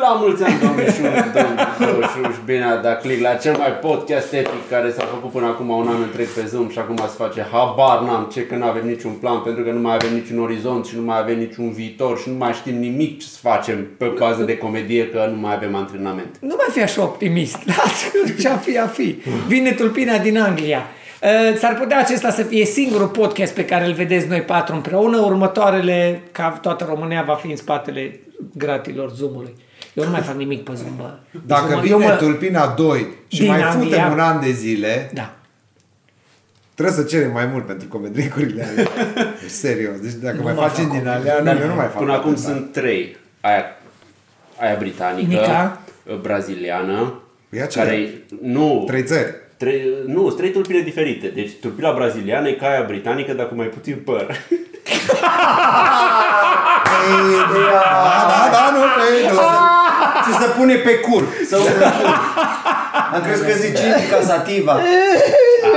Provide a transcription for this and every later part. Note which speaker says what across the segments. Speaker 1: La mulți ani, doamne, și un, domn, și și bine a dat click la cel mai podcast epic care s-a făcut până acum un an întreg pe Zoom și acum se face habar n-am ce, că nu avem niciun plan, pentru că nu mai avem niciun orizont și nu mai avem niciun viitor și nu mai știm nimic ce să facem pe bază de comedie, că nu mai avem antrenament.
Speaker 2: Nu mai fi așa optimist. Lasă ce-a fi, a fi. Vine tulpina din Anglia. Uh, S-ar putea acesta să fie singurul podcast pe care îl vedeți noi patru împreună. Următoarele, ca toată România, va fi în spatele gratilor Zoom-ului. Eu nu mai fac nimic pe Zoom, bă.
Speaker 3: Dacă
Speaker 2: Zoom-ul- Deci eu
Speaker 3: vine Tulpina 2 și
Speaker 2: Din
Speaker 3: mai
Speaker 2: Anglia.
Speaker 3: futem un an de zile,
Speaker 2: Da.
Speaker 3: trebuie să cerem mai mult pentru comedricurile alea. Deci, serios. Deci dacă
Speaker 2: Nu
Speaker 3: mai
Speaker 2: mai
Speaker 3: facem
Speaker 2: fac
Speaker 3: din alea, nu, eu nu mai fac.
Speaker 1: Până acum
Speaker 3: atâta.
Speaker 1: sunt trei. Aia, aia britanică, uh,
Speaker 2: Nica.
Speaker 1: braziliană,
Speaker 3: Păi aceea.
Speaker 1: care nu,
Speaker 3: Trei țări.
Speaker 1: Trei, nu, sunt trei tulpine diferite. Deci tulpina braziliană e ca aia britanică, dar cu mai puțin păr.
Speaker 3: Ei, Da, da, da, nu, pe nu.
Speaker 4: Și să pune pe cur. Să
Speaker 5: Am crezut că zici indica sativa.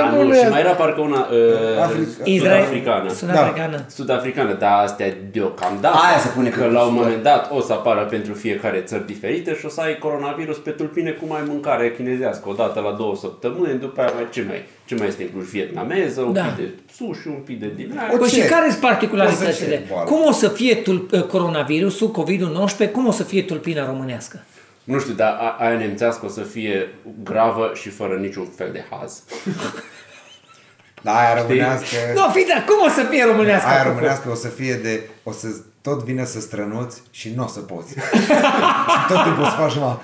Speaker 1: A, nu, și mai era parcă una uh,
Speaker 3: Africa-
Speaker 1: sud-africană.
Speaker 3: Da.
Speaker 2: Sud-africană.
Speaker 1: Sud-africană, dar astea deocamdată.
Speaker 5: Aia se pune
Speaker 1: că
Speaker 5: capul
Speaker 1: la un
Speaker 5: sud.
Speaker 1: moment dat o să apară pentru fiecare țări diferite și o să ai coronavirus pe tulpine cu mai mâncare chinezească o dată la două săptămâni, după aia mai ce mai, ce mai este inclus vietnameză, un
Speaker 2: Da.
Speaker 1: pic de sushi, un pic de din
Speaker 3: O
Speaker 2: Păi și
Speaker 3: ce?
Speaker 2: care sunt
Speaker 3: O să
Speaker 2: particularitățile?
Speaker 3: ce boală?
Speaker 2: Cum o să fie tul- ă, coronavirusul, COVID-19, cum o să fie tulpina românească?
Speaker 1: Nu știu, dar a- aia nemțească o să fie gravă și fără niciun fel de haz.
Speaker 3: Da, aia rămânească.
Speaker 2: Nu, fiți, dar cum o să fie românească?
Speaker 3: Aia
Speaker 2: apropo?
Speaker 3: românească o să fie de... O să tot vină să strănuți și nu o să poți. tot timpul o să faci numai...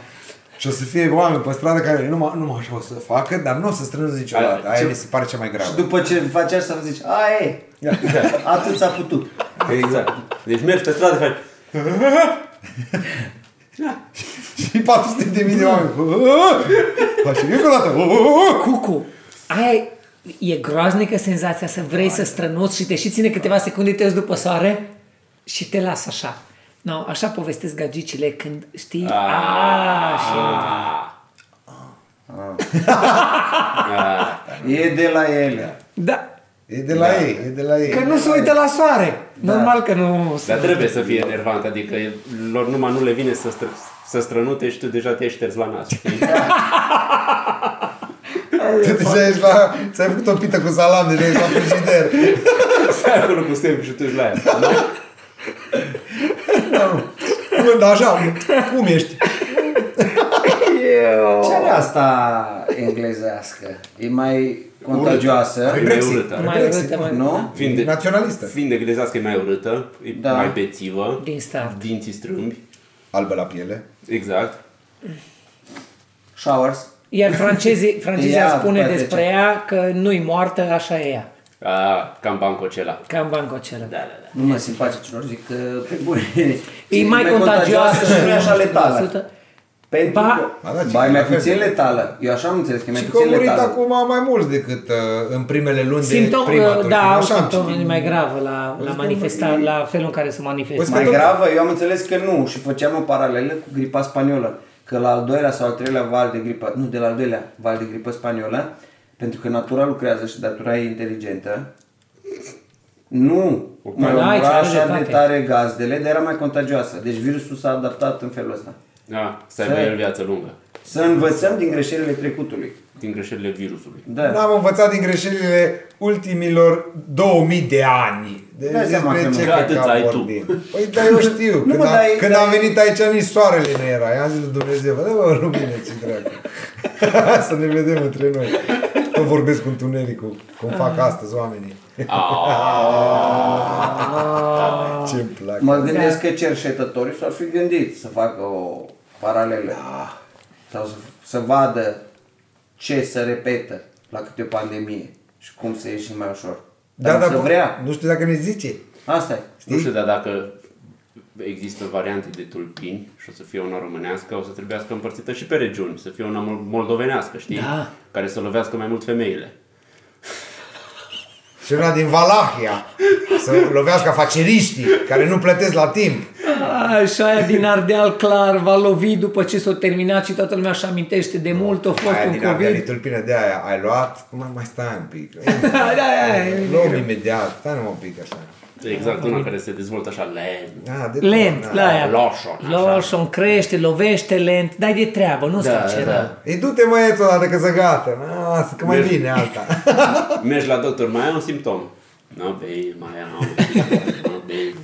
Speaker 3: Și o să fie oameni pe stradă care numai, numai așa o să facă, dar nu o să strănuți niciodată. Aia
Speaker 1: ce-
Speaker 3: mi se pare cea mai gravă.
Speaker 5: Și după ce faci așa să zici, a, e, atât s-a putut.
Speaker 1: Exact. Deci mergi pe stradă, faci...
Speaker 3: Și 400 de mii de oameni. Faci încă o dată.
Speaker 2: Cucu, aia e groaznică senzația să vrei să strănuți și te și ține câteva secunde, te uiți după soare și te lasă așa. No, așa povestesc gagicile când știi...
Speaker 5: Ah.
Speaker 2: A, și...
Speaker 5: Ah. E de la ele.
Speaker 2: Da,
Speaker 3: E de la ei, e de la ei.
Speaker 2: că nu se uită la soare.
Speaker 5: Da.
Speaker 2: Normal că nu...
Speaker 1: Dar trebuie să fie enervant, adică lor numai nu le vine să, str- să strănute și tu deja te-ai șters la nas. știi?
Speaker 3: Tu deja ești la... Ți-ai făcut o pită cu salam, deja ești la frigider.
Speaker 1: Stai acolo cu semn și tu ești la ea.
Speaker 3: Bun, dar așa, cum ești?
Speaker 5: Ce are asta englezească? E mai contagioasă,
Speaker 1: E mai urâtă.
Speaker 2: Mai
Speaker 3: Brexit,
Speaker 2: urâtă, mai
Speaker 5: nu?
Speaker 1: Fiind de,
Speaker 3: Naționalistă.
Speaker 1: fiind de glezească e mai urâtă, e
Speaker 5: Da.
Speaker 1: mai bețivă,
Speaker 2: Din start.
Speaker 1: dinții strâmbi.
Speaker 3: Albă la piele.
Speaker 1: Exact.
Speaker 5: Showers.
Speaker 2: Iar francezii, francezii
Speaker 5: Ia,
Speaker 2: ar spune
Speaker 5: după aia
Speaker 2: despre ea că nu-i moartă, așa e ea.
Speaker 1: A, cam bancocela.
Speaker 2: Ca în bancocelă.
Speaker 1: Da, da, da.
Speaker 5: Nu mă simt paciților, zic că pe bune.
Speaker 2: E mai contagioasă
Speaker 5: și nu e așa
Speaker 2: 90%.
Speaker 5: letală. Pentru
Speaker 2: Ba-
Speaker 5: ba,
Speaker 3: Ba da, ce
Speaker 5: ba, e
Speaker 3: la
Speaker 5: mai
Speaker 3: fel.
Speaker 5: puțin letală. Eu așa am înțeles că e mai
Speaker 3: Și că au
Speaker 5: puțin
Speaker 3: murit
Speaker 5: letală.
Speaker 3: acum mai mulți decât uh, în primele luni de prima
Speaker 2: Simptom,
Speaker 3: tulpină.
Speaker 2: da, au
Speaker 3: Așa am
Speaker 2: simptomele
Speaker 3: citit.
Speaker 2: mai gravă la, la
Speaker 3: Vă
Speaker 2: manifesta,
Speaker 3: spun,
Speaker 2: la felul în care se manifestă.
Speaker 3: Vă
Speaker 5: Mai
Speaker 3: Că tot-
Speaker 5: gravă, eu am înțeles că nu și făceam o paralelă cu gripa spaniolă. Că la al doilea sau al treilea val de gripă, nu, de la al doilea val de gripă spaniolă, pentru că natura lucrează și natura e inteligentă, nu mai
Speaker 2: Da, aici
Speaker 5: omora
Speaker 2: are
Speaker 5: așa de
Speaker 2: dreptate.
Speaker 5: tare gazdele, dar era mai contagioasă. Deci virusul s-a adaptat în felul ăsta.
Speaker 1: Da, să aibă
Speaker 5: Să-
Speaker 1: el viață lungă.
Speaker 5: Să învățăm din greșelile trecutului.
Speaker 1: Din greșelile virusului.
Speaker 5: Da.
Speaker 3: N-am învățat din greșelile ultimilor 2000 de ani. De
Speaker 5: Dai seama că nu.
Speaker 3: ce
Speaker 1: Că
Speaker 3: cred
Speaker 1: atât
Speaker 3: am
Speaker 1: ai tu.
Speaker 3: vorbit. Păi da, eu știu. când
Speaker 5: mă,
Speaker 3: am,
Speaker 5: dar e-
Speaker 3: când
Speaker 5: dar
Speaker 3: am
Speaker 5: e-
Speaker 3: venit aici nici soarele nu era. I-am zis lui Dumnezeu, bă, bă, lumine, ce dracu. Să ne vedem între noi. Tot vorbesc cu întunericul, cum fac astăzi oamenii. Ce îmi plac.
Speaker 5: Mă
Speaker 2: Exact.
Speaker 5: gândesc că cercetătorii s-ar fi gândit să facă o paralelă.
Speaker 2: Da.
Speaker 5: Sau să, să vadă ce se repetă la câte o pandemie și cum să ieșim mai ușor. Dar da, să vrea.
Speaker 3: nu știu dacă ne zice.
Speaker 5: Asta e.
Speaker 1: Nu știu, dar dacă există variante de tulpini și o să fie una românească, o să trebuiască împărțită și pe regiuni, să fie una mol- moldovenească, știi?
Speaker 2: Da.
Speaker 1: Care să lovească mai mult femeile.
Speaker 3: Și una din Valahia să lovească afaceriștii care nu plătesc la timp.
Speaker 2: Așa aia din Ardeal clar va lovi după ce s-a terminat și toată lumea își amintește de mult, a fost
Speaker 3: Aia
Speaker 2: un
Speaker 3: din Ardeal, e
Speaker 2: COVID.
Speaker 3: tulpină de aia, ai luat, mai, mai stai un pic.
Speaker 2: Da, da, da, e
Speaker 3: Luăm imediat, stai numai un pic așa.
Speaker 1: Exact, una care se dezvoltă așa lent.
Speaker 3: Ah, de
Speaker 2: Lent, la aia.
Speaker 1: Loșon, așa.
Speaker 2: Loșon, crește, lovește lent, dai de treabă, nu
Speaker 1: Da,
Speaker 2: face rău.
Speaker 1: da.
Speaker 3: Ei, du-te măiețul ăla de căzăgată. Lasă, că mai
Speaker 1: Mergi.
Speaker 3: vine alta.
Speaker 1: Mergi la doctor, mai ai un simptom. Nu, bei, mai am. Nu, bei.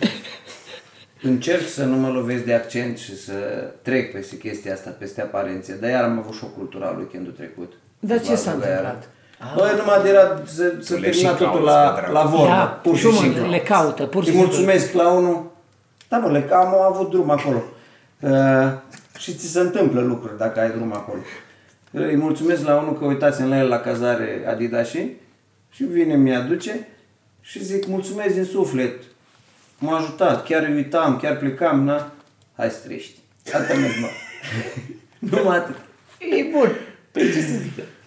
Speaker 5: Încerc să nu mă lovesc de accent și să trec peste chestia asta, peste aparențe, dar iar am avut șoc cultural weekendul trecut.
Speaker 2: Dar ce
Speaker 5: La
Speaker 2: s-a
Speaker 5: Bulgaria.
Speaker 2: întâmplat?
Speaker 5: Bă, numai de era să, să
Speaker 4: le
Speaker 5: termina
Speaker 4: și
Speaker 5: totul
Speaker 4: cauți, pe
Speaker 5: la,
Speaker 4: dracu.
Speaker 5: la vorbă,
Speaker 2: Da,
Speaker 5: pur și
Speaker 2: și mă,
Speaker 5: simplu.
Speaker 2: le caută, pur și
Speaker 5: Îi
Speaker 2: simplu.
Speaker 5: mulțumesc la unul. Da, mă, le, am avut drum acolo. Uh, și ți se întâmplă lucruri dacă ai drum acolo. Uh, Îi mulțumesc la unul că uitați la el la cazare Adidașii și vine, mi-aduce și zic mulțumesc din suflet. M-a ajutat, chiar îi uitam, chiar plecam, na, hai să trești. Atât merg, mă. Numai atât.
Speaker 2: E bun.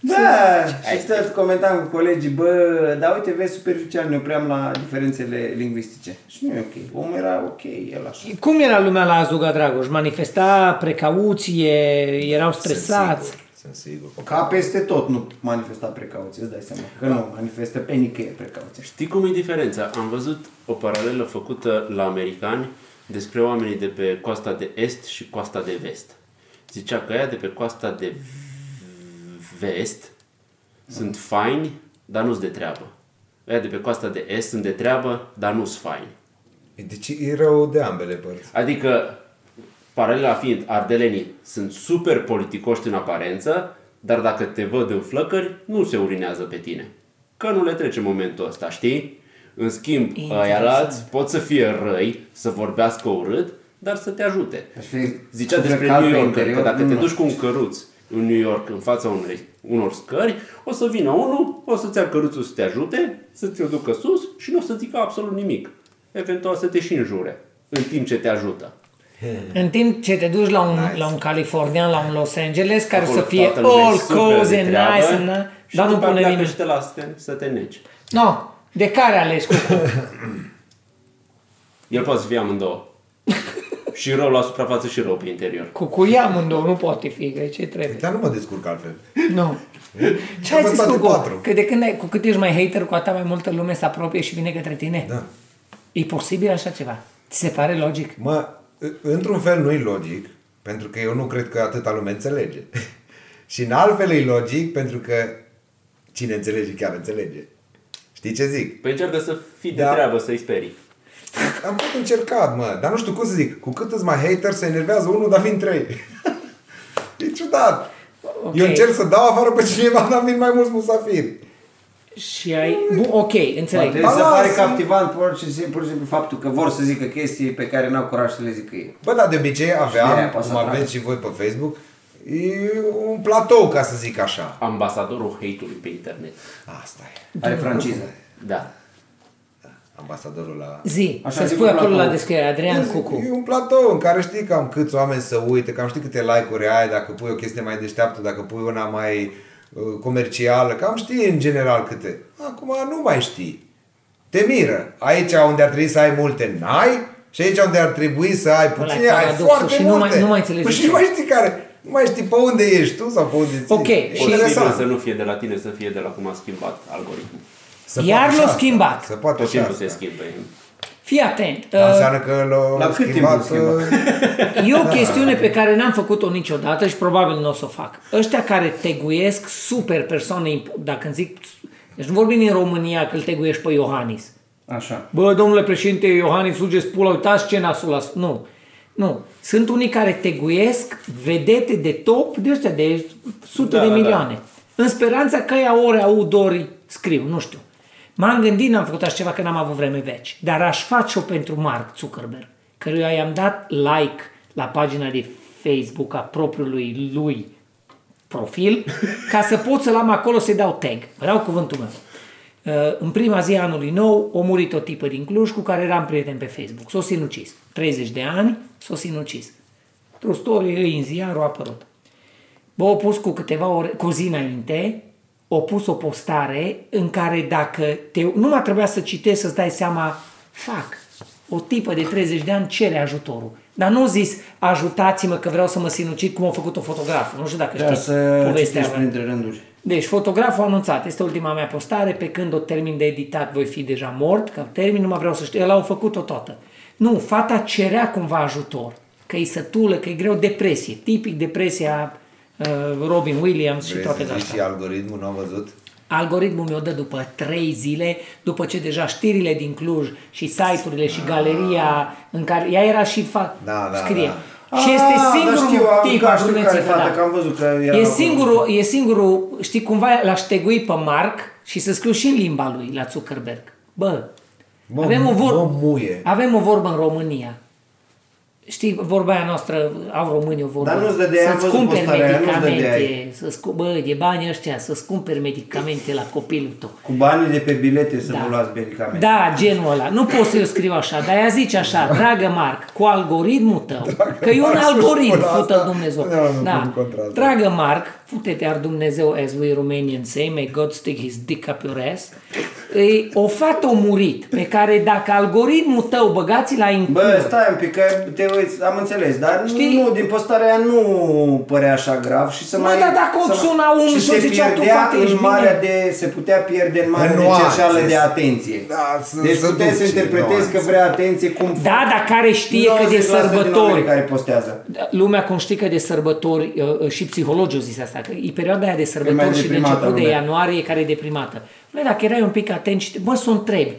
Speaker 5: Da, și tot comentam cu colegii, bă, dar uite, vezi, superficial ne opream la diferențele lingvistice. Și nu e ok. Omul era ok, el așa.
Speaker 2: Cum era lumea la Azuga Dragoș? Manifesta precauție, erau stresați?
Speaker 3: Sunt sigur.
Speaker 5: Ca peste tot nu manifesta precauție, îți dai seama. Că nu manifestă pe nicăieri precauție.
Speaker 1: Știi cum e diferența? Am văzut o paralelă făcută la americani despre oamenii de pe coasta de est și coasta de vest. Zicea că aia de pe coasta de vest sunt faini, dar nu-s de treabă. Aia de pe coasta de est sunt de treabă, dar nu-s faini.
Speaker 3: Deci e rău de ambele părți.
Speaker 1: Adică, paralela fiind, ardelenii sunt super politicoști în aparență, dar dacă te văd în flăcări, nu se urinează pe tine. Că nu le trece momentul ăsta, știi? În schimb, ăia alți pot să fie răi, să vorbească urât, dar să te ajute.
Speaker 5: Așa,
Speaker 1: Zicea
Speaker 5: cu
Speaker 1: despre
Speaker 5: plecat
Speaker 1: New
Speaker 5: pe
Speaker 1: York, că
Speaker 5: interior,
Speaker 1: dacă te
Speaker 5: nu.
Speaker 1: duci cu un căruț în New York în fața unei, unor scări, o să vină unul, o să-ți ia căruțul să te ajute, să ți-l ducă sus și nu o să zică absolut nimic. Eventual să te și înjure în timp ce te ajută.
Speaker 2: În timp ce te duci la un, nice. la un californian, la un Los Angeles, care
Speaker 1: Acolo
Speaker 2: să fie
Speaker 1: toată lumea e
Speaker 2: all
Speaker 1: super
Speaker 2: cozy,
Speaker 1: de treabă
Speaker 2: nice, na-
Speaker 1: și
Speaker 2: dar nu
Speaker 1: după
Speaker 2: pune
Speaker 1: aceea
Speaker 2: nimeni.
Speaker 1: Te la să te, să te neci.
Speaker 2: No, de care alegi cu
Speaker 1: El poate să fie amândouă. și rău la suprafață și rău pe interior.
Speaker 2: Cu cuia amândouă nu poate fi, că e ce trebuie.
Speaker 3: Dar nu mă descurc altfel.
Speaker 2: Nu. Ce
Speaker 3: am
Speaker 2: ai zis
Speaker 3: bătat
Speaker 2: tu, cu,
Speaker 3: de patru.
Speaker 2: că de când ai, cu cât ești mai hater, cu atât mai multă lume se apropie și vine către tine?
Speaker 3: Da.
Speaker 2: E posibil așa ceva? Ți se pare logic?
Speaker 3: Mă, într-un fel nu-i logic, pentru că eu nu cred că atâta lume înțelege. și în alt fel e logic, pentru că cine înțelege chiar înțelege. Știi ce zic?
Speaker 1: Păi încearcă să fii de
Speaker 3: Da.
Speaker 1: treabă, să-i sperii.
Speaker 3: Am tot încercat, mă, dar nu știu cum să zic. Cu cât îți mai hater, se enervează unul, dar vin trei. e ciudat.
Speaker 2: Ok.
Speaker 3: Okay. Eu încerc să dau afară pe cineva, dar vin mai mulți musafiri.
Speaker 2: Și ai... Bun, ok, înțeleg.
Speaker 5: Poate
Speaker 3: Ba
Speaker 5: se
Speaker 3: lasă.
Speaker 1: da,
Speaker 5: pare captivant pur și, simplu, pur și simplu faptul că vor să zică chestii pe care n-au curaj să le zică ei.
Speaker 3: Bă, dar de obicei
Speaker 5: Și de-aia
Speaker 3: aveam,
Speaker 5: poate
Speaker 3: cum
Speaker 5: să tragă.
Speaker 3: aveți și voi pe Facebook, e un platou, ca să zic așa.
Speaker 1: Ambasadorul hate-ului pe internet.
Speaker 3: Asta e.
Speaker 5: Are franciză.
Speaker 1: Da.
Speaker 3: Ambasadorul la
Speaker 2: Zi,
Speaker 5: Așa
Speaker 2: să
Speaker 5: zic
Speaker 2: spui
Speaker 5: un
Speaker 2: acolo la
Speaker 5: platou.
Speaker 2: descriere, Adrian
Speaker 3: Vezi,
Speaker 2: Cucu.
Speaker 3: E un platou în care știi cam câți oameni să uite, cam știi câte like-uri ai, dacă pui o chestie mai deșteaptă, dacă pui una mai uh, comercială, cam știi în general câte. Acum nu mai știi. Te miră. Aici unde ar trebui să ai multe, n-ai. Și aici unde ar trebui să ai
Speaker 2: Ăla e
Speaker 3: puține, ai
Speaker 2: paradoxul
Speaker 3: foarte
Speaker 2: și nu mai-
Speaker 3: multe.
Speaker 2: nu mai înțelegi
Speaker 3: Păi și
Speaker 2: ce.
Speaker 3: nu mai știi care. Nu mai știi pe unde ești tu sau pe unde ții.
Speaker 2: Ok,
Speaker 3: E
Speaker 2: și-
Speaker 1: Posibil să
Speaker 3: interesant.
Speaker 1: nu fie de la tine, să fie de la cum a schimbat algoritmul.
Speaker 3: Să
Speaker 2: Iar
Speaker 3: poate
Speaker 2: l-a
Speaker 3: și asta.
Speaker 2: schimbat.
Speaker 3: Să poate
Speaker 1: Tot
Speaker 3: și
Speaker 1: timpul
Speaker 3: asta.
Speaker 1: se schimbă.
Speaker 2: Fii atent.
Speaker 3: Dar
Speaker 2: Uh,
Speaker 3: înseamnă că l-a
Speaker 5: La cât timp l-a
Speaker 3: schimbat,
Speaker 5: schimbat?
Speaker 3: uh,
Speaker 2: E o chestiune pe care n-am făcut-o niciodată și probabil nu o să o fac. Ăștia care teguiesc super persoane, imp- dacă îmi zic... Deci nu vorbim în România că îl teguiești pe Iohannis.
Speaker 5: Așa.
Speaker 2: Bă, domnule președinte, Iohannis sugeți pula, uitați ce nasul las. Nu. Nu. Sunt unii care teguiesc vedete de top de ăștia, de sute
Speaker 1: Da,
Speaker 2: de
Speaker 1: da,
Speaker 2: milioane. În speranța că ea ori aud, ori scriu, nu știu. M-am gândit, n-am făcut așa ceva că n-am avut vreme veci, dar aș face-o pentru Mark Zuckerberg, căruia i-am dat like la pagina de Facebook a propriului lui profil, ca să pot să-l am acolo să-i dau tag. Vreau cuvântul meu. Uh, În prima zi a anului nou a murit o tipă din Cluj cu care eram prieten pe Facebook. S-o sinucis. 30 de ani, s-o sinucis. True story, îi în ziarul a apărut. Bă, au pus cu câteva ore, cu zi înainte, au pus o postare în care dacă te, nu mai trebuia să citești să-ți dai seama, fac, o tipă de 30 de ani cere ajutorul. Dar nu zis, ajutați-mă că vreau să mă sinucid cum a făcut o fotograf. Nu știu dacă
Speaker 5: Dar
Speaker 2: știi
Speaker 5: Da, să
Speaker 2: povestea.
Speaker 5: citești printre rânduri.
Speaker 2: Deci, fotograful a anunțat, este ultima mea postare, pe când o termin de editat voi fi deja mort, că termin, nu mai vreau să știu, el au făcut-o toată. Nu, fata cerea cumva ajutor, că e sătulă, că e greu, depresie, tipic depresia uh, Robin Williams și
Speaker 3: Vrei
Speaker 2: toate
Speaker 3: să zici
Speaker 2: astea.
Speaker 3: și algoritmul, nu am văzut?
Speaker 2: Algoritmul mi-o dă după 3 zile, după ce deja știrile din Cluj și site-urile și galeria în care ea era și fa-
Speaker 3: Da, da,
Speaker 2: scrie.
Speaker 5: da.
Speaker 2: Și
Speaker 5: Ah,
Speaker 2: este
Speaker 5: da,
Speaker 2: singurul
Speaker 5: știu, am-
Speaker 2: tip,
Speaker 5: da, știu
Speaker 2: glumețe,
Speaker 5: care e fata, că am văzut că era
Speaker 2: e
Speaker 5: acolo.
Speaker 2: singurul, e singurul, știi, cumva l-aș tegui pe Marc și să scriu și în limba lui la Zuckerberg. Bă,
Speaker 3: Mă,
Speaker 2: avem, o vor...
Speaker 3: mă muie.
Speaker 2: avem o vorbă în România. Știi, vorba aia noastră, au românii o vorbă.
Speaker 5: Dar nu-ți dădea, am
Speaker 2: să-ți
Speaker 5: văzut
Speaker 2: cumperi
Speaker 5: postarea aia, nu-ți
Speaker 2: medicamente,
Speaker 5: dădeai.
Speaker 2: să-ți, cu- bă, de bani ăștia, să-ți cumperi medicamente la copilul tău.
Speaker 5: Cu banii de pe bilete să nu luați medicamente.
Speaker 2: Da, genul ăla. Nu pot să eu scriu așa, dar ea zice așa,
Speaker 5: Da.
Speaker 2: dragă Marc, cu algoritmul tău, că e un
Speaker 3: Marc,
Speaker 2: algoritm,
Speaker 3: spune
Speaker 2: fută
Speaker 3: asta.
Speaker 2: Dumnezeu.
Speaker 3: Nu, nu, nu,
Speaker 2: Da.
Speaker 3: în contrast.
Speaker 2: Dragă Marc, fute-te ar Dumnezeu, as we Romanians say, may God stick his dick up your ass. E o fată a murit, pe care dacă algoritmul tău băgați la în
Speaker 5: Bă,
Speaker 2: cur,
Speaker 5: stai un pic, că te uiți, am înțeles, dar
Speaker 2: Știi?
Speaker 5: Știi? nu, din postarea aia nu părea așa grav și să
Speaker 2: Mă, da,
Speaker 5: mai...
Speaker 2: dar dacă o
Speaker 5: să-
Speaker 2: suna unul
Speaker 5: și
Speaker 2: și
Speaker 5: se
Speaker 2: o zicea, tu,
Speaker 5: pierdea
Speaker 2: frate, ești
Speaker 5: în marea
Speaker 2: bine.
Speaker 5: de, se putea pierde în marea
Speaker 3: În
Speaker 5: de
Speaker 3: nuanțe.
Speaker 5: cerșeală de atenție.
Speaker 3: Da, să-
Speaker 5: deci
Speaker 3: să
Speaker 5: puteai să
Speaker 3: duci
Speaker 5: interpretezi
Speaker 3: nuanțe.
Speaker 5: că vrea atenție cum...
Speaker 2: da, dar care știe că de
Speaker 5: 90% din oamenii
Speaker 2: sărbători,
Speaker 5: care postează.
Speaker 2: lumea conștică de sărbători uh, uh, și psihologiul zis asta, că e perioada aia de sărbători și de
Speaker 5: deprimată
Speaker 2: început de
Speaker 5: lumea.
Speaker 2: ianuarie care e deprimată. Bă, dacă erai un pic atent și te, bă, să o întrebi,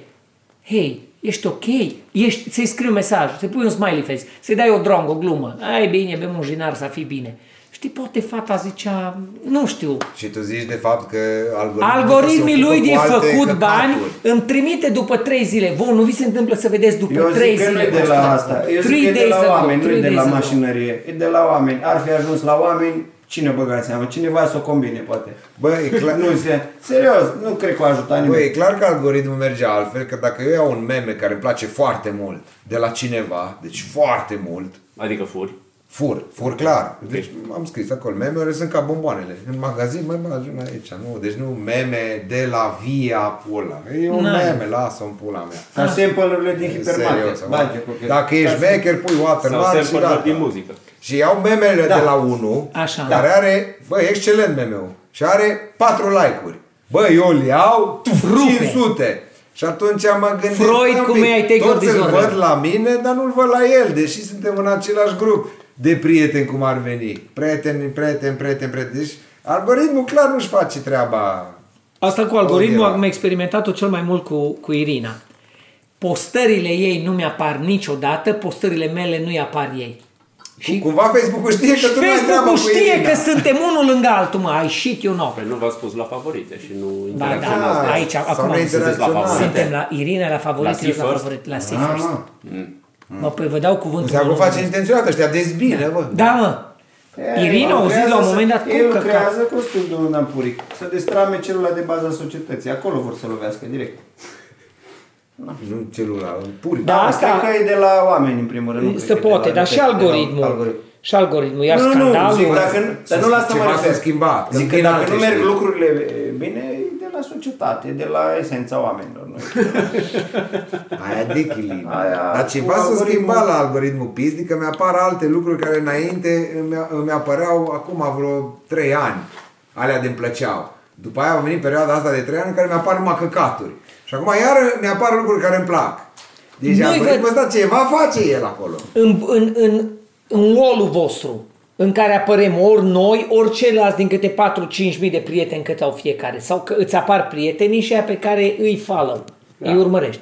Speaker 2: hei, ești ok? Ești, să-i scrii un mesaj, să-i pui un smiley face, să-i dai o drongă, o glumă, ai bine, bem un jinar să fii bine. Știi, poate fata zicea, nu știu,
Speaker 3: Și tu zici de fapt că algoritmul
Speaker 2: algoritmii lui de făcut bani
Speaker 3: Căcaturi.
Speaker 2: îmi trimite după 3 zile. Vă, nu vi se întâmplă să vedeți după
Speaker 5: Eu
Speaker 2: 3
Speaker 5: zic că nu
Speaker 2: zile?
Speaker 5: e de la
Speaker 2: postat?
Speaker 5: asta, eu
Speaker 2: Three
Speaker 5: zic că e de
Speaker 2: days
Speaker 5: la
Speaker 2: ago,
Speaker 5: oameni, nu e
Speaker 2: three
Speaker 5: de la
Speaker 2: days ago.
Speaker 5: mașinărie, e de la oameni. Ar fi ajuns la oameni, cine băga seama, cineva să o combine poate.
Speaker 3: Bă, e clar,
Speaker 5: Nu, se, serios, nu cred că a ajutat nimeni.
Speaker 3: Bă, e clar că algoritmul merge altfel, că dacă eu iau un meme care îmi place foarte mult de la cineva, deci foarte mult,
Speaker 1: Adică furi.
Speaker 3: fur, fur clar. Deci am scris acolo, memele sunt ca bomboanele. În magazin, mai mă ajung aici, nu? Deci nu meme de la via pula. E un meme, lasă-o în pula mea.
Speaker 2: Ah.
Speaker 5: Ca sample-urile din
Speaker 3: Serios,
Speaker 5: hipermarket.
Speaker 3: mă.
Speaker 5: Bage cu chestii.
Speaker 3: Dacă
Speaker 2: Da.
Speaker 3: ești
Speaker 5: Ca să-
Speaker 3: maker, pui
Speaker 1: Sau
Speaker 3: watermark și
Speaker 1: sample
Speaker 3: gata.
Speaker 1: din muzică.
Speaker 3: Și iau memele de la unul,
Speaker 2: Da. Așa.
Speaker 3: care are, bă, e excelent meme-ul, și are 4 like-uri. Bă, eu îl iau tuf,
Speaker 2: Rupe.
Speaker 3: 500. Și atunci am gândit,
Speaker 2: Freud,
Speaker 3: stai un
Speaker 2: cum
Speaker 3: pic,
Speaker 2: e, I take your
Speaker 3: toți îl
Speaker 2: disorder.
Speaker 3: văd la mine, dar nu-l văd la el, deși suntem în același grup de prieteni cum ar veni. Prieteni, prieteni, prieteni, prieteni. Deci algoritmul clar nu-și face treaba.
Speaker 2: Asta cu algoritmul
Speaker 3: Oriela.
Speaker 2: am experimentat-o cel mai mult cu, cu Irina. Postările ei nu mi-apar niciodată, postările mele nu-i apar ei. Și,
Speaker 3: Cumva Facebook-ul știe că tu nu ai treaba
Speaker 2: Facebook-ul
Speaker 3: cu
Speaker 2: știe
Speaker 3: Irina.
Speaker 2: că suntem unul lângă altul, mă, ai shit, you
Speaker 5: Ah,
Speaker 2: know.
Speaker 1: Păi nu v-a spus la favorite și nu
Speaker 2: Ba
Speaker 1: interacționați.
Speaker 2: da,
Speaker 3: de-
Speaker 2: aici,
Speaker 3: sau
Speaker 2: acum
Speaker 3: nu
Speaker 2: sunteți la
Speaker 1: interacționați.
Speaker 2: Suntem la Irina, la favorit,
Speaker 1: La
Speaker 2: la,
Speaker 1: See
Speaker 2: la
Speaker 1: First?
Speaker 2: favorit, la See
Speaker 5: Ah,
Speaker 2: First.
Speaker 5: mă.
Speaker 2: Mă, păi vă dau cuvântul.
Speaker 3: Se acum
Speaker 2: meu,
Speaker 3: face
Speaker 2: nu-
Speaker 3: intenționat, ăștia dezbină, bă.
Speaker 2: Da, mă.
Speaker 5: E,
Speaker 2: Irina a auzit
Speaker 5: lucrează
Speaker 2: la un
Speaker 5: să-
Speaker 2: moment dat cum
Speaker 5: El
Speaker 2: că-
Speaker 5: lucrează cu studiul în Ampuric. Să destrame celula de bază a societății. Acolo vor să lovească direct.
Speaker 3: Nu celula, pur.
Speaker 2: Da, asta-
Speaker 5: Cred că e de la oameni, în primul rând. nu cred
Speaker 2: Se
Speaker 5: că e de
Speaker 2: poate,
Speaker 5: la-
Speaker 2: dar și
Speaker 5: de la-
Speaker 2: algoritmul. Și algoritmul, iar
Speaker 5: Nu, nu, nu, zic,
Speaker 2: scandalul.
Speaker 5: dacă, nu- dar nu la asta mă
Speaker 3: Ceva s-a
Speaker 5: refer.
Speaker 3: schimbat,
Speaker 5: Zic că
Speaker 3: în
Speaker 5: dacă
Speaker 3: alte
Speaker 5: nu merg
Speaker 3: știri.
Speaker 5: lucrurile e, bine, e de la societate, e de la esența oamenilor. Nu?
Speaker 3: Aia de chilin.
Speaker 5: Aia
Speaker 3: Dar ceva
Speaker 5: cu
Speaker 3: s-a
Speaker 5: algoritmul.
Speaker 3: schimbat la algoritmul PIS, că mi-apar alte lucruri care înainte îmi- îmi apăreau acum vreo 3 ani. Alea de-mi plăceau. După aia a venit perioada asta de 3 ani în care mi-apar numai căcaturi. Și acum iar mi-apar lucruri care îmi plac. Deci
Speaker 2: Nu-i
Speaker 3: algoritmul
Speaker 2: văd-
Speaker 3: ăsta ceva face el acolo.
Speaker 2: în, în, în, în wall vostru în care apărem ori noi, ori ceilalți din câte 4-5 mii de prieteni cât au fiecare. Sau că îți apar prietenii și aia pe care îi follow, da. îi urmărești.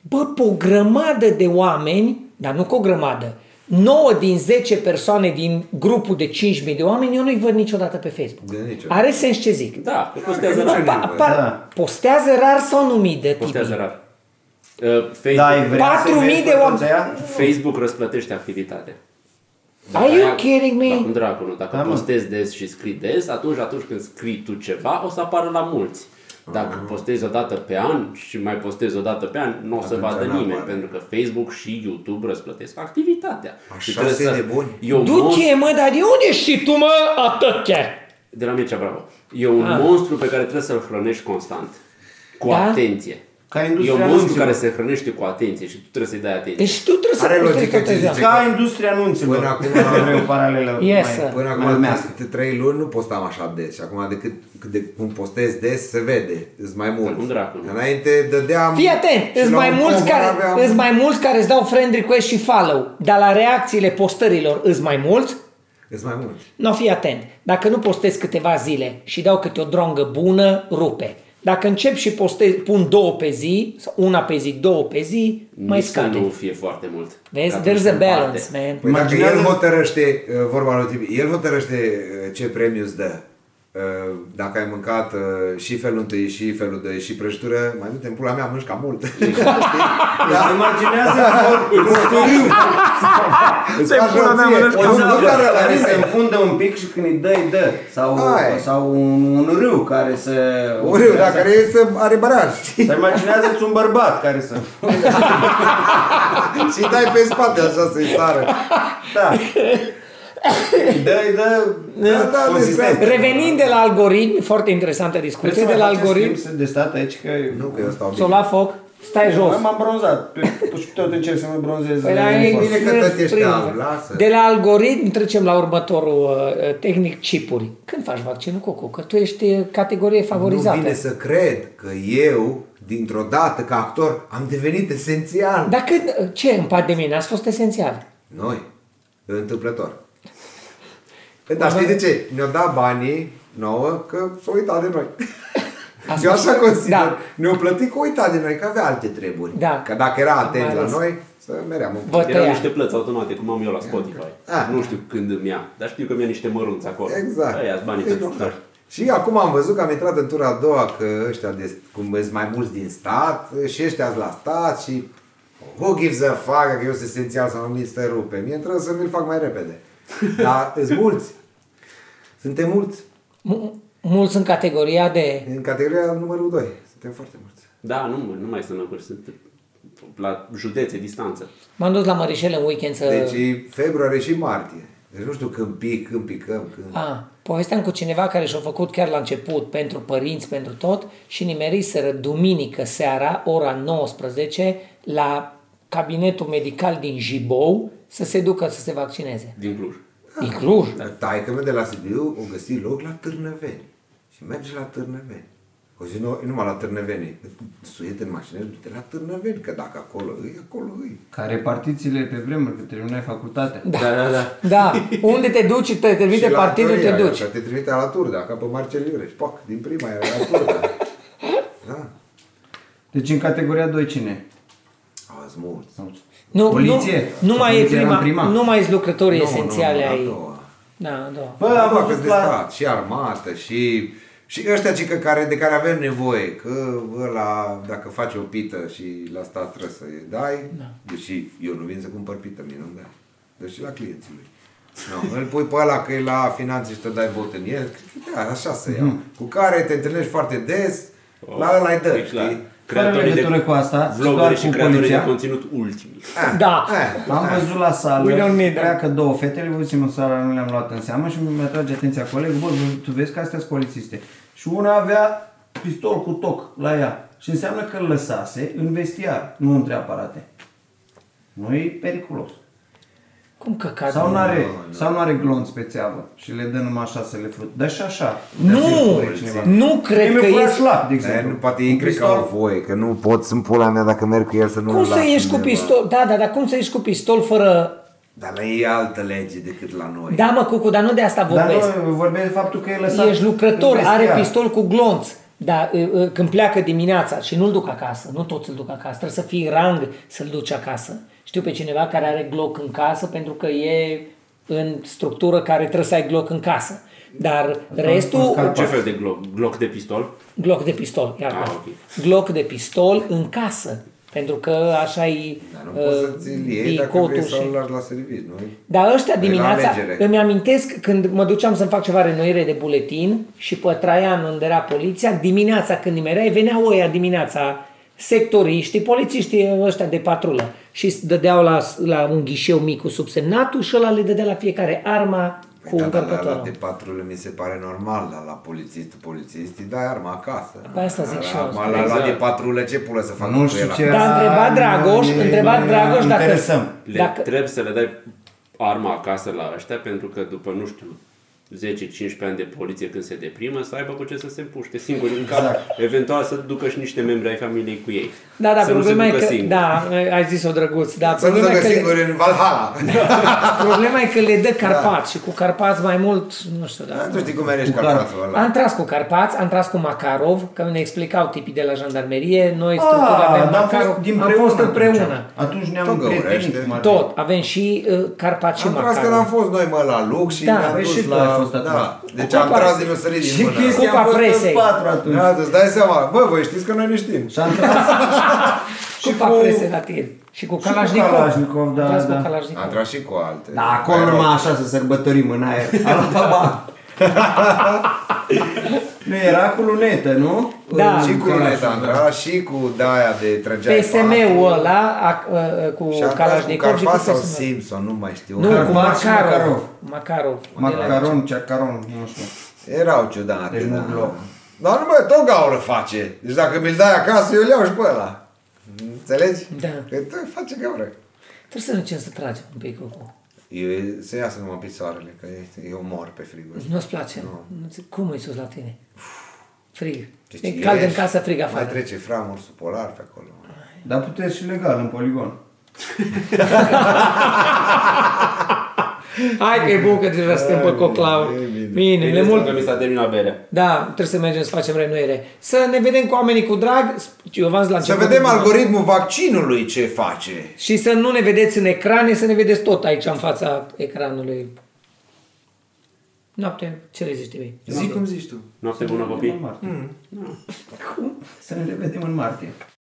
Speaker 2: Bă, pe o grămadă de oameni, dar nu cu o grămadă, 9 din 10 persoane din grupul de 5.000 de oameni, eu nu-i văd niciodată pe
Speaker 3: De
Speaker 2: Facebook.
Speaker 3: niciodată.
Speaker 2: Are sens ce zic.
Speaker 1: Da, că postează
Speaker 3: Da,
Speaker 1: rar.
Speaker 2: Apa,
Speaker 3: văd.
Speaker 2: apar,
Speaker 5: Da.
Speaker 2: Postează rar sau nu mii de
Speaker 1: Postează
Speaker 2: tipi?
Speaker 1: rar. Uh, Facebook,
Speaker 5: Da, ai vrea să
Speaker 2: 4.000
Speaker 5: mergi
Speaker 2: de
Speaker 5: pe
Speaker 2: oameni.
Speaker 5: toți aia?
Speaker 1: Facebook răsplătește activitatea.
Speaker 2: Are you kidding
Speaker 1: Da,
Speaker 2: me?
Speaker 1: dracu, nu. Dacă
Speaker 5: Da, mă.
Speaker 1: postezi des și scrii des, atunci, atunci când scrii tu ceva, o să apară la mulți. Dacă postezi o dată pe an și mai postezi o dată pe an, nu o să
Speaker 3: Atunci
Speaker 1: vadă
Speaker 3: nu
Speaker 1: nimeni,
Speaker 3: apare.
Speaker 1: pentru că Facebook și YouTube răsplătesc activitatea. Și
Speaker 3: Așa
Speaker 1: trebuie
Speaker 3: se
Speaker 1: să-
Speaker 3: nebuni.
Speaker 1: E un monstru-
Speaker 2: Du-te, mă, dar de unde știi tu, mă, atâtea?
Speaker 1: De la Mircea Bravo. E un monstru pe care trebuie să-l hrănești constant. Cu
Speaker 2: Ah. Da?
Speaker 1: atenție.
Speaker 5: Ca
Speaker 1: E
Speaker 5: industria
Speaker 1: un monstru
Speaker 5: anunților.
Speaker 1: care se hrănește cu atenție și tu trebuie să-i dai atenție.
Speaker 2: Deci tu trebuie să
Speaker 3: Are
Speaker 2: construiești
Speaker 3: logică
Speaker 2: toată
Speaker 3: ce
Speaker 2: ziua.
Speaker 3: zice.
Speaker 5: Ca industria anunților.
Speaker 3: Până acum-
Speaker 5: o paralelă
Speaker 2: Yes,
Speaker 5: mai-
Speaker 2: sir.
Speaker 3: Până
Speaker 5: mai
Speaker 3: acum,
Speaker 5: urmească.
Speaker 3: câte trei luni nu postam așa des. Și acum, de cât, cât de, cum postez des, se vede. Îs mai mult.
Speaker 1: Acum dracu, nu?
Speaker 3: Înainte dădeam...
Speaker 2: Fii atent,
Speaker 3: și
Speaker 2: sunt
Speaker 3: la
Speaker 2: mai,
Speaker 3: un
Speaker 2: mulți
Speaker 3: cover
Speaker 2: care,
Speaker 3: aveam-
Speaker 2: îs mai mulți care îți dau friend request și follow, dar la reacțiile postărilor îs mai mulți,
Speaker 3: Îs mai mult.
Speaker 2: nu fii atent. Dacă nu postez câteva zile și dau câte o drongă bună, rupe. Dacă încep și postez, pun două pe zi, sau una pe zi, două pe zi, mai
Speaker 1: Nici să
Speaker 2: scade.
Speaker 1: nu fie foarte mult.
Speaker 2: Vezi?
Speaker 1: Că atunci
Speaker 2: There's a
Speaker 1: se împarte.
Speaker 2: balance, man.
Speaker 3: Păi dacă el
Speaker 5: Imaginează-
Speaker 3: hotărăște, uh, vorba lui Tibi, el hotărăște uh, ce premiu îți dă. Uh, Dacă ai mâncat uh, și felul întâi, și felul doi, și prăjitură, mai mult în pula mea mănânci cam mult.
Speaker 5: Deci imaginează
Speaker 3: Îți faci răuție.
Speaker 5: o
Speaker 3: Cam
Speaker 5: țeavă
Speaker 3: mult, dar la
Speaker 5: care
Speaker 3: mine.
Speaker 5: se înfundă un pic și când îi dă, îi dă. Sau,
Speaker 3: Hai.
Speaker 5: sau un, un râu care se...
Speaker 3: Uriu, dacă e să are baraj știi?
Speaker 5: Să imaginează-ți un bărbat care să...
Speaker 3: și îi dai pe spate așa să-i sară.
Speaker 5: Da. Îi dă, îi dă...
Speaker 3: Da, da,
Speaker 5: consistență.
Speaker 3: despre
Speaker 2: Revenind de la algoritmi, foarte interesantă
Speaker 5: Vreți
Speaker 2: discuție,
Speaker 5: să
Speaker 2: de
Speaker 5: mai
Speaker 2: la
Speaker 5: faceți schimb
Speaker 2: algoritmi,
Speaker 5: să- de stat aici că...
Speaker 3: Nu, că ăsta
Speaker 2: s-o
Speaker 3: obiect.
Speaker 2: la foc, stai jos.
Speaker 5: Jos. M-am bronzat. Pe- Și tot încerc să mă bronzez.
Speaker 2: Păi la
Speaker 5: Nu pot.
Speaker 3: bine că tot ești
Speaker 2: Prin-
Speaker 3: alb, lasă.
Speaker 2: De la algoritm trecem la următorul uh, tehnic, chipuri. Când faci vaccinul, Coco? Că tu ești uh, categorie
Speaker 3: Nu
Speaker 2: favorizată.
Speaker 3: vine să cred că eu, dintr-o dată, ca actor, am devenit esențial.
Speaker 2: Dar când, uh, ce în pandemie? Ați fost esențial.
Speaker 3: Noi, întâmplător.
Speaker 2: Păi
Speaker 3: Dar
Speaker 2: da.
Speaker 3: știi de ce? Ne-au dat banii nouă că s-au uitat de noi.
Speaker 2: Asta-
Speaker 3: Eu așa consider.
Speaker 2: Da.
Speaker 3: Da. Ne-au plătit că au uitat de noi, că avea alte treburi.
Speaker 2: Da.
Speaker 3: Că dacă era
Speaker 2: Mai
Speaker 3: atent la
Speaker 2: ales.
Speaker 3: noi, să meream un
Speaker 2: Vă
Speaker 1: Erau
Speaker 2: tăia.
Speaker 1: niște plăți automate, cum am eu la Spotify.
Speaker 3: Ah.
Speaker 1: Nu știu când îmi ia, dar știu că mi ia niște mărunți acolo.
Speaker 3: Exact.
Speaker 1: Aia banii
Speaker 3: E
Speaker 1: pentru
Speaker 3: normal.
Speaker 1: start.
Speaker 3: Și acum am văzut că am intrat în tura a doua, că ăștia, de, cum sunt mai mulți din stat, și ăștia sunt la stat și who gives a fuck că eu sunt esențial sau nu mi se rupe. Mie îmi trebuie să mi-l fac mai repede. Dar sunt mulți. Suntem mulți.
Speaker 2: Mu- Mulți în categoria de...
Speaker 3: În categoria numărul 2. Suntem foarte mulți.
Speaker 1: Da, nu, mă, nu mai sunt locuri, sunt la județe, distanță.
Speaker 2: M-am dus la Mărișele în weekend să...
Speaker 1: Uh.
Speaker 3: Deci e februarie și martie. Deci nu știu când pic, când picăm, când...
Speaker 2: A, povesteam cu cineva care și-a făcut chiar la început pentru părinți, pentru tot și nimeriseră duminică seara, ora 19, la cabinetul medical din Jibou să se ducă să se vaccineze.
Speaker 1: Din Cluj.
Speaker 3: Ah.
Speaker 2: Din Cluj.
Speaker 3: Taică mea de la Sibiu o găsi loc la Târnăveni. Și merge la Târnăveni. O zi, nu, numai la Târnăveni. Suiet în mașină, du-te la Târnăveni, că dacă acolo îi, acolo îi.
Speaker 5: Ca repartițiile pe vremuri, că terminai facultatea.
Speaker 1: Da, da, da.
Speaker 2: Da, unde te duci, te trimite
Speaker 3: Și la
Speaker 2: partidul, te
Speaker 3: Toria,
Speaker 2: duci.
Speaker 3: Că te trimite la Turda, ca pe Marcel Iureș. Poc, din prima era la Turda. da.
Speaker 5: Deci în categoria 2 cine?
Speaker 3: Auzi, mulți.
Speaker 2: Nu,
Speaker 5: Poliție?
Speaker 2: Nu, nu mai e
Speaker 5: Poliția era
Speaker 2: prima,
Speaker 5: în prima?
Speaker 2: nu mai sunt lucrătorii
Speaker 3: Nu, nu,
Speaker 2: esențiale
Speaker 3: nu, a
Speaker 2: ai.
Speaker 3: doua.
Speaker 2: Da, da.
Speaker 5: Bă,
Speaker 3: Bă,
Speaker 5: am
Speaker 3: bă, că
Speaker 5: văzut
Speaker 3: de
Speaker 5: la...
Speaker 3: stat, și armată, și... Și ăștia ce că care, de care avem nevoie, că ăla, dacă faci o pită și la stat trebuie să îi dai, da. deși eu nu vin să cumpăr pită, mie nu-mi dai, deci și la clienții lui. No, îl pui pe ăla că e la finanțe și te dai bot în el, da, așa să iau.
Speaker 5: Mhm.
Speaker 3: Cu care te întâlnești foarte des,
Speaker 5: Oh,
Speaker 3: la ăla îi dă,
Speaker 1: Deci la
Speaker 3: știi?
Speaker 1: creatorii
Speaker 5: legătură
Speaker 1: de
Speaker 5: cu asta, doar
Speaker 1: vlogări și
Speaker 5: cu
Speaker 1: creatorii
Speaker 5: poliția.
Speaker 1: de conținut ultimii.
Speaker 3: Ah,
Speaker 2: Da.
Speaker 3: ah,
Speaker 5: Am
Speaker 3: ah.
Speaker 5: văzut la
Speaker 2: We
Speaker 5: sală,
Speaker 2: don't need them.
Speaker 5: treacă două fete, le văzusem în sală, nu le-am luat în seamă și mi atrage atenția colegul, bă, tu vezi că astea sunt polițiste. Și una avea pistol cu toc la ea și înseamnă că îl lăsase în vestiar, nu între aparate. Nu e periculos.
Speaker 2: Cum căcat?
Speaker 5: Sau nu are,
Speaker 3: da.
Speaker 5: sau nu are glonț pe țeavă și le dă numai așa să le frut. Dar și așa.
Speaker 2: nu, nu cred că
Speaker 5: e
Speaker 2: ești...
Speaker 5: slap, de
Speaker 3: Dar
Speaker 5: exemplu.
Speaker 3: Eh, nu, poate ei
Speaker 5: Un
Speaker 3: cred că
Speaker 5: pistol
Speaker 3: au voie, că nu pot, sunt pula mea dacă merg cu el să nu
Speaker 2: Cum să ieși cu pistol? Da, da, dar cum să ieși cu pistol fără...
Speaker 3: Dar la ei e altă lege decât la noi.
Speaker 2: Da, mă, Cucu, dar nu de asta
Speaker 5: Păi- Dar
Speaker 2: vorbesc.
Speaker 5: nu, vorbesc de faptul că e lăsat
Speaker 2: Ești lucrător,
Speaker 5: în
Speaker 2: are
Speaker 5: vestiar.
Speaker 2: pistol cu glonț. Dar uh, uh, când pleacă dimineața și nu-l duc acasă, nu toți îl duc acasă, trebuie să fii rang să-l duci acasă. Știu pe cineva care are gloc în casă pentru că e în structură care trebuie să ai gloc în casă. Dar restul,
Speaker 5: Pascal.
Speaker 1: Ce fel de gloc? Gloc de pistol?
Speaker 2: gloc de pistol, iar
Speaker 1: Ah,
Speaker 2: ah,
Speaker 1: ok.
Speaker 2: gloc de pistol în casă. Pentru că așa e
Speaker 3: Dar nu poți
Speaker 2: Uh,
Speaker 3: să ți-l iei dacă vrei să-l lași la serviciu, nu?
Speaker 2: Dar ăștia
Speaker 3: Păi, la
Speaker 2: dimineața,
Speaker 3: alegere.
Speaker 2: îmi amintesc când mă duceam să-mi fac ceva renoire de buletin și pe Traian unde era poliția, dimineața când nimereai, veneau ăia dimineața, sectoriștii, polițiștii ăștia de patrulă și s- dădeau la, la un ghișeu mic cu subsemnatul și ăla le dădea la fiecare arma cu
Speaker 3: da, da, la, la
Speaker 2: încărcătorul.
Speaker 3: de patrulă mi se pare normal, dar la polițist, polițistii dai arma acasă.
Speaker 2: Pe asta zic
Speaker 3: la,
Speaker 2: și eu.
Speaker 3: Arma, la, la,
Speaker 5: Exact.
Speaker 3: de patrulă ce pulă să facă
Speaker 4: Nu
Speaker 3: cu
Speaker 4: știu
Speaker 3: el
Speaker 4: ce
Speaker 3: acasă?
Speaker 2: Dar a
Speaker 1: Da,
Speaker 2: întrebat Dragoș,
Speaker 4: Ne-
Speaker 2: întrebat
Speaker 4: ne
Speaker 2: Dragoș dacă,
Speaker 4: interesăm.
Speaker 1: Le
Speaker 2: dacă
Speaker 1: trebuie să le dai arma acasă la ăștia pentru că după, nu știu, 10-15 ani de poliție când se deprimă, să aibă cu ce să se puște singuri în cap, eventual să ducă și niște membri ai familiei cu ei.
Speaker 2: Exact. da, da,
Speaker 1: să nu se
Speaker 2: problema e
Speaker 1: ducă
Speaker 2: că,
Speaker 1: singuri.
Speaker 2: da, ai zis-o drăguț, da,
Speaker 3: Să nu
Speaker 2: problema
Speaker 3: se
Speaker 2: e că, le,
Speaker 3: singur în Valhalla.
Speaker 2: problema e că le
Speaker 3: Da.
Speaker 2: dă Carpați și cu Carpați mai mult, nu știu, da.
Speaker 3: Nu știi cum ești
Speaker 5: Cu
Speaker 3: carpatul ăla.
Speaker 2: Am tras cu Carpați, am tras cu Makarov, că ne explicau tipii de la jandarmerie, noi structura
Speaker 4: Ah,
Speaker 2: aveam
Speaker 4: dar am
Speaker 2: Makarov,
Speaker 4: fost din
Speaker 2: am fost împreună.
Speaker 4: Atunci, atunci ne-am
Speaker 3: Tot
Speaker 4: prietenit.
Speaker 3: găurește.
Speaker 4: cum ar fi.
Speaker 2: Tot, avem și uh, Carpați și
Speaker 3: Am tras că
Speaker 2: Makarov.
Speaker 3: n-am fost noi, mă, la Luc și
Speaker 2: Da,
Speaker 3: ne-am
Speaker 5: păi
Speaker 3: dus
Speaker 5: și tu
Speaker 3: la...
Speaker 5: ai fost atunci.
Speaker 3: da. Deci am
Speaker 2: Cupa
Speaker 3: tras
Speaker 2: presei.
Speaker 3: din o sărit
Speaker 5: Și
Speaker 3: din mână.
Speaker 5: chestia
Speaker 2: Cupa
Speaker 5: am fost
Speaker 2: presei.
Speaker 5: toți patru atunci.
Speaker 3: Da, îți dai seama. Bă, voi știți că noi ne știm.
Speaker 5: Și am tras
Speaker 2: Și cu Paprese la tine. Și cu Kalashnikov.
Speaker 5: Kalashnikov, da,
Speaker 2: Am tras
Speaker 5: da.
Speaker 2: Cu Kalashnikov.
Speaker 3: Am tras și cu alte.
Speaker 5: Da, acolo
Speaker 3: Mai
Speaker 5: numai așa să sărbătorim în aer. Alabama. nu era cu lunetă, nu?
Speaker 2: Da.
Speaker 5: În
Speaker 3: Și cu
Speaker 5: calaș.
Speaker 3: luneta am tras și cu daia de trăgea
Speaker 2: PSM-ul ăla a, a, a, cu
Speaker 3: Și am tras cu
Speaker 2: Kalashnikov și cu
Speaker 3: Carpa sau
Speaker 2: PSM.
Speaker 3: Simpson, nu mai știu.
Speaker 2: Nu, cu
Speaker 5: Carpați și
Speaker 2: Makarov.
Speaker 5: Makarov.
Speaker 2: Makarov.
Speaker 5: Macaron, ceacaron, nu știu.
Speaker 3: Erau ciudate,
Speaker 5: Deci nu
Speaker 3: da.
Speaker 5: bloc.
Speaker 3: Dar nu mă, tot gaură face. Deci dacă mi-l dai acasă, eu îl iau și pe ăla. Înțelegi?
Speaker 2: Da.
Speaker 3: Că tot face gaură.
Speaker 2: Trebuie să încerc să tragem un pic cu
Speaker 3: Eu, să iasă numai pisoarele, că eu mor pe frigul.
Speaker 2: Nu-ți place? Nu ți- Cum e sus la tine? Frig.
Speaker 3: Deci
Speaker 2: E cald în
Speaker 3: ieși,
Speaker 2: casă, frig
Speaker 3: Mai
Speaker 2: afară.
Speaker 3: trece framursul polar pe acolo. mă.
Speaker 5: Dar puteți și legal, în poligon.
Speaker 2: Hai că e bun că deja suntem pe coclau. Bine, le
Speaker 1: Bine,
Speaker 2: mult
Speaker 1: că mi s-a terminat berea.
Speaker 2: Da, trebuie să mergem să facem renuire. Să ne vedem cu oamenii cu drag. Eu v-am zis la
Speaker 3: Să
Speaker 2: început. da.
Speaker 3: vedem algoritmul vaccinului ce face.
Speaker 2: Și să nu ne vedeți în ecrane, să ne vedeți tot aici în fața ecranului. Noapte, ce reziști mie?
Speaker 3: Zic cum zici tu.
Speaker 1: Noapte bună, copii!
Speaker 2: Mm.
Speaker 5: În martie. Cum? Să ne revedem în martie.